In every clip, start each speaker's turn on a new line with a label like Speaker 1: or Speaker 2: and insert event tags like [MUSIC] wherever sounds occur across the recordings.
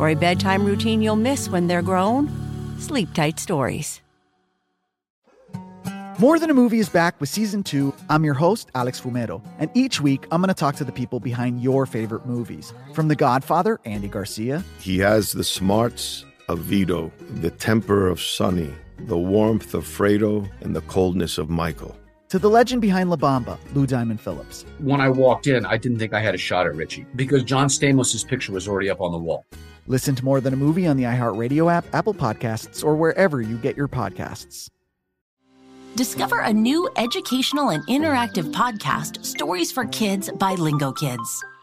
Speaker 1: Or a bedtime routine you'll miss when they're grown? Sleep Tight Stories.
Speaker 2: More Than a Movie is back with season two. I'm your host, Alex Fumero, and each week I'm going to talk to the people behind your favorite movies. From The Godfather, Andy Garcia,
Speaker 3: He has the smarts of Vito, the temper of Sonny, the warmth of Fredo, and the coldness of Michael.
Speaker 2: to the legend behind La Bamba, Lou Diamond Phillips.
Speaker 4: when I walked in, I didn't think I had a shot at Richie because John Stamos's picture was already up on the wall.
Speaker 2: Listen to More Than a Movie on the iHeartRadio app, Apple Podcasts, or wherever you get your podcasts.
Speaker 5: Discover a new educational and interactive podcast, Stories for Kids by Lingo Kids.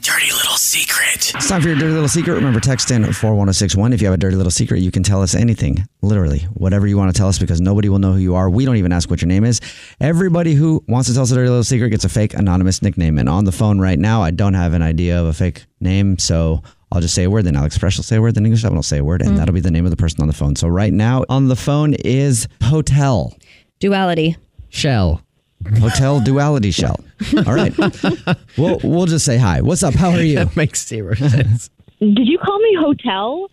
Speaker 6: dirty little secret.
Speaker 7: It's time for your dirty little secret. Remember, text in 41061. If you have a dirty little secret, you can tell us anything, literally, whatever you want to tell us, because nobody will know who you are. We don't even ask what your name is. Everybody who wants to tell us a dirty little secret gets a fake anonymous nickname. And on the phone right now, I don't have an idea of a fake name, so I'll just say a word. Then Alex Fresh will say a word. Then English Oven will say a word,
Speaker 8: Mm.
Speaker 7: and that'll be the name of the person on the phone. So right now on the phone is Hotel.
Speaker 9: Duality.
Speaker 8: Shell.
Speaker 7: Hotel
Speaker 8: [LAUGHS]
Speaker 7: Duality Shell. All right. we'll, we'll just say hi. What's up? How are you?
Speaker 8: [LAUGHS] That makes zero sense.
Speaker 9: Did you call me hotel?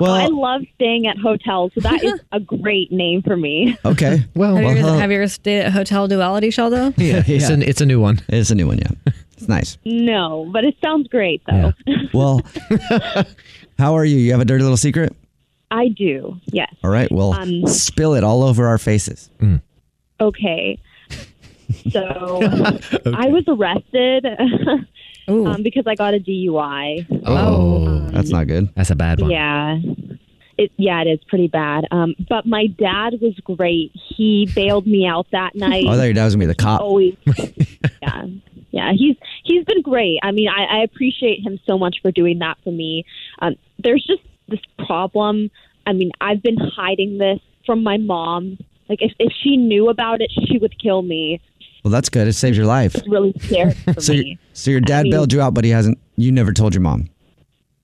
Speaker 7: Well,
Speaker 9: I love staying at hotels, so [LAUGHS] that is a great name for me.
Speaker 7: okay.
Speaker 8: Well,
Speaker 7: [LAUGHS] Well, uh-huh. hello.
Speaker 9: you ever stayed at Hotel Duality Shell though?
Speaker 8: yeah, it's,
Speaker 7: Yeah.
Speaker 8: An, it's a new one.
Speaker 7: It's a new one, yeah. It's nice.
Speaker 9: No, but it sounds great though.
Speaker 10: [LAUGHS]
Speaker 7: Well, how are you? You have a dirty little secret?
Speaker 9: I do. Yes.
Speaker 7: All right. Well,
Speaker 9: Um,
Speaker 7: spill it all over our faces.
Speaker 9: Okay. So um, I was arrested [LAUGHS] um, because I got a DUI.
Speaker 8: Oh,
Speaker 7: That's not good.
Speaker 8: that's a bad one.
Speaker 9: Yeah. It, yeah, it is pretty bad. Um, but my dad was great. He bailed me out that night.
Speaker 7: Oh, I thought your dad was going to be the cop.
Speaker 9: always yeah yeah he's he's been great i mean i, I appreciate him so much for doing that for me um, there's just this problem i mean i've been hiding this from my mom like if, if she knew about it she would kill me
Speaker 7: Well, that's good. It saves your life.
Speaker 9: it's really scary for
Speaker 7: So, your,
Speaker 9: me
Speaker 7: so your dad
Speaker 9: mean-
Speaker 7: bailed you out, but he hasn't. You never told your mom.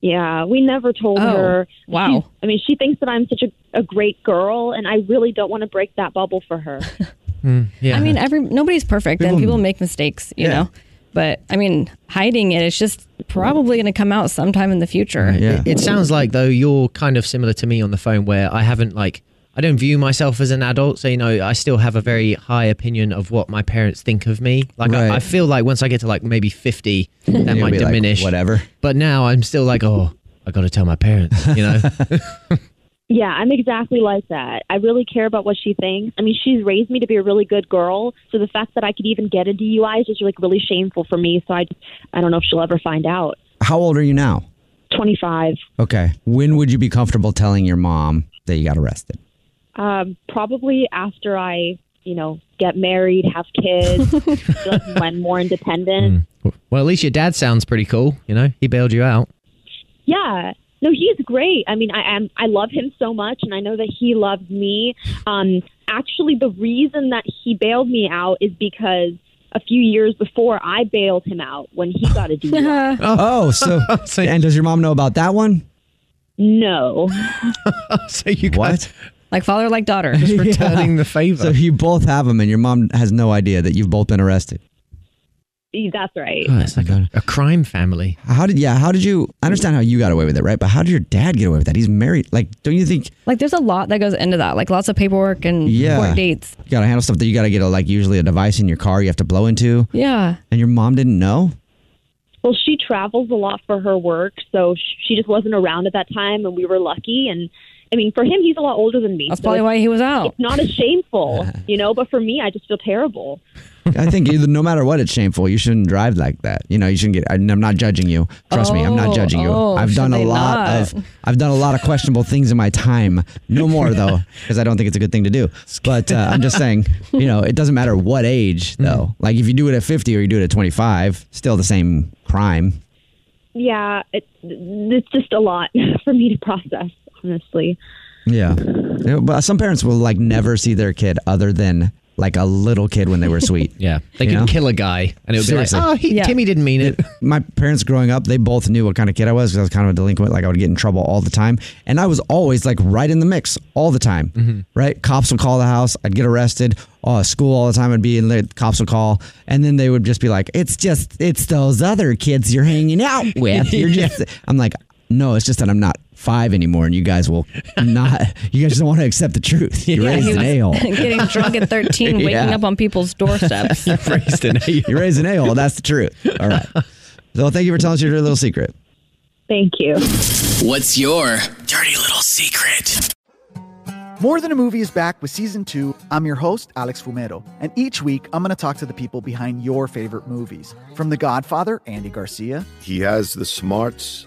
Speaker 9: yeah we never told
Speaker 10: Oh,
Speaker 9: her
Speaker 10: wow.
Speaker 9: She's- i mean she thinks that i'm such a, a great girl and i really don't want to break that bubble for her
Speaker 8: Yeah.
Speaker 10: I mean, every nobody's perfect, and people make mistakes, you know. But I mean, hiding it is just probably going to come out sometime in the future.
Speaker 7: Yeah.
Speaker 8: It, it sounds like though you're kind of similar to me on the phone, where I haven't like I don't view myself as an adult, so you know I still have a very high opinion of what my parents think of me. Like
Speaker 7: Right.
Speaker 8: I, I feel like once I get to like maybe fifty, that
Speaker 7: [LAUGHS] You'll
Speaker 8: might
Speaker 7: be like,
Speaker 8: diminish.
Speaker 7: whatever.
Speaker 8: But now I'm still like, oh, I got to tell my parents. You
Speaker 7: [LAUGHS]
Speaker 8: know,
Speaker 9: Yeah, I'm exactly like that. I really care about what she thinks. I mean, she's raised me to be a really good girl, so the fact that I could even get a DUI is just like really shameful for me. So I, I don't know if she'll ever find out.
Speaker 7: How old are you now?
Speaker 9: 25,
Speaker 7: Okay. When would you be comfortable telling your mom that you got arrested?
Speaker 9: um, probably after I, you know, get married, have
Speaker 10: [LAUGHS]
Speaker 9: kids, feel like I'm more independent.
Speaker 8: well at least your dad sounds pretty cool. You know, he bailed you out. [LAUGHS]
Speaker 9: Yeah. No, he's great. I mean, I am. I love him so much, and I know that he loves me. Um, actually, the reason that he bailed me out is because a few years before I bailed him out when he
Speaker 10: [LAUGHS]
Speaker 9: got a DUI.
Speaker 7: Oh, [LAUGHS] so,
Speaker 8: So-
Speaker 7: and does your mom know about that one?
Speaker 9: no,
Speaker 8: so you guys
Speaker 7: What?
Speaker 10: Like father, like
Speaker 9: [LAUGHS]
Speaker 10: daughter.
Speaker 8: just
Speaker 7: [LAUGHS]
Speaker 8: returning the favor.
Speaker 7: So you both have them, and your mom has no idea that you've both been arrested.
Speaker 9: that's right.
Speaker 8: Oh, it's like a, a crime family.
Speaker 7: How did yeah? How did you? I understand how you got away with it, right? But how did your dad get away with that? He's married. Like, don't you think
Speaker 10: Like there's a lot that goes into that. Like lots of paperwork and
Speaker 7: Yeah.
Speaker 10: court dates.
Speaker 7: you gotta handle stuff that you gotta get a like usually a device in your car you have to blow into,
Speaker 10: Yeah.
Speaker 7: and your mom didn't know.
Speaker 9: Well, she travels a lot for her work, so sh- she just wasn't around at that time, and we were lucky. And I mean, for him, he's a lot older than me.
Speaker 10: That's probably why he was out.
Speaker 9: It's not as
Speaker 10: [LAUGHS]
Speaker 9: shameful, you know. But for me, I just feel terrible.
Speaker 7: I think either, no matter what, it's shameful. You shouldn't drive like that. You know, you shouldn't get. And I'm not judging you. Trust me, I'm not
Speaker 10: Oh,
Speaker 7: judging you.
Speaker 10: oh,
Speaker 7: I've
Speaker 10: should
Speaker 7: done a
Speaker 10: they
Speaker 7: lot
Speaker 10: not?
Speaker 7: of. I've done a lot of questionable things in my time. No more though,
Speaker 10: [LAUGHS]
Speaker 7: because I don't think it's a good thing to do. But uh, I'm just saying, you know, it doesn't matter what age
Speaker 10: Mm-hmm.
Speaker 7: though. Like if you do it at 50 or you do it at 25, still the same crime.
Speaker 9: Yeah, it, it's just a lot [LAUGHS] for me to process, honestly.
Speaker 7: Yeah. Yeah, But some parents will like never see their kid other than like a little kid when they were sweet. yeah.
Speaker 8: They could kill a guy and it would be like, "Oh, he- Yeah. Timmy
Speaker 7: didn't mean it. [LAUGHS] My parents growing up, they both knew what kind of kid I was because I was kind of a delinquent. Like I would get in trouble all the time. And I was always like right in the mix all the time. Right. Cops would call the house. I'd get arrested. Oh, school all the time. I'd be in late. Cops would call. And then they would just be like, it's just, it's those other kids you're hanging out with. You're just, I'm like, no, it's just that I'm not five anymore, and you guys will not. You guys don't want to accept the truth. You raised
Speaker 10: he
Speaker 7: an
Speaker 10: was
Speaker 7: a
Speaker 10: [LAUGHS]
Speaker 7: hole.
Speaker 10: getting drunk at 13, [LAUGHS] waking
Speaker 7: Yeah.
Speaker 10: up on people's doorsteps.
Speaker 7: you
Speaker 8: [LAUGHS]
Speaker 7: raised an a. You raised an a hole. That's the truth. All right. So thank you for telling us your little secret.
Speaker 9: [LAUGHS] Thank you.
Speaker 6: What's your dirty little secret?
Speaker 2: More Than a Movie is back with season two. I'm your host, Alex Fumero, and each week I'm going to talk to the people behind your favorite movies. From The Godfather, Andy Garcia,
Speaker 3: He has the smarts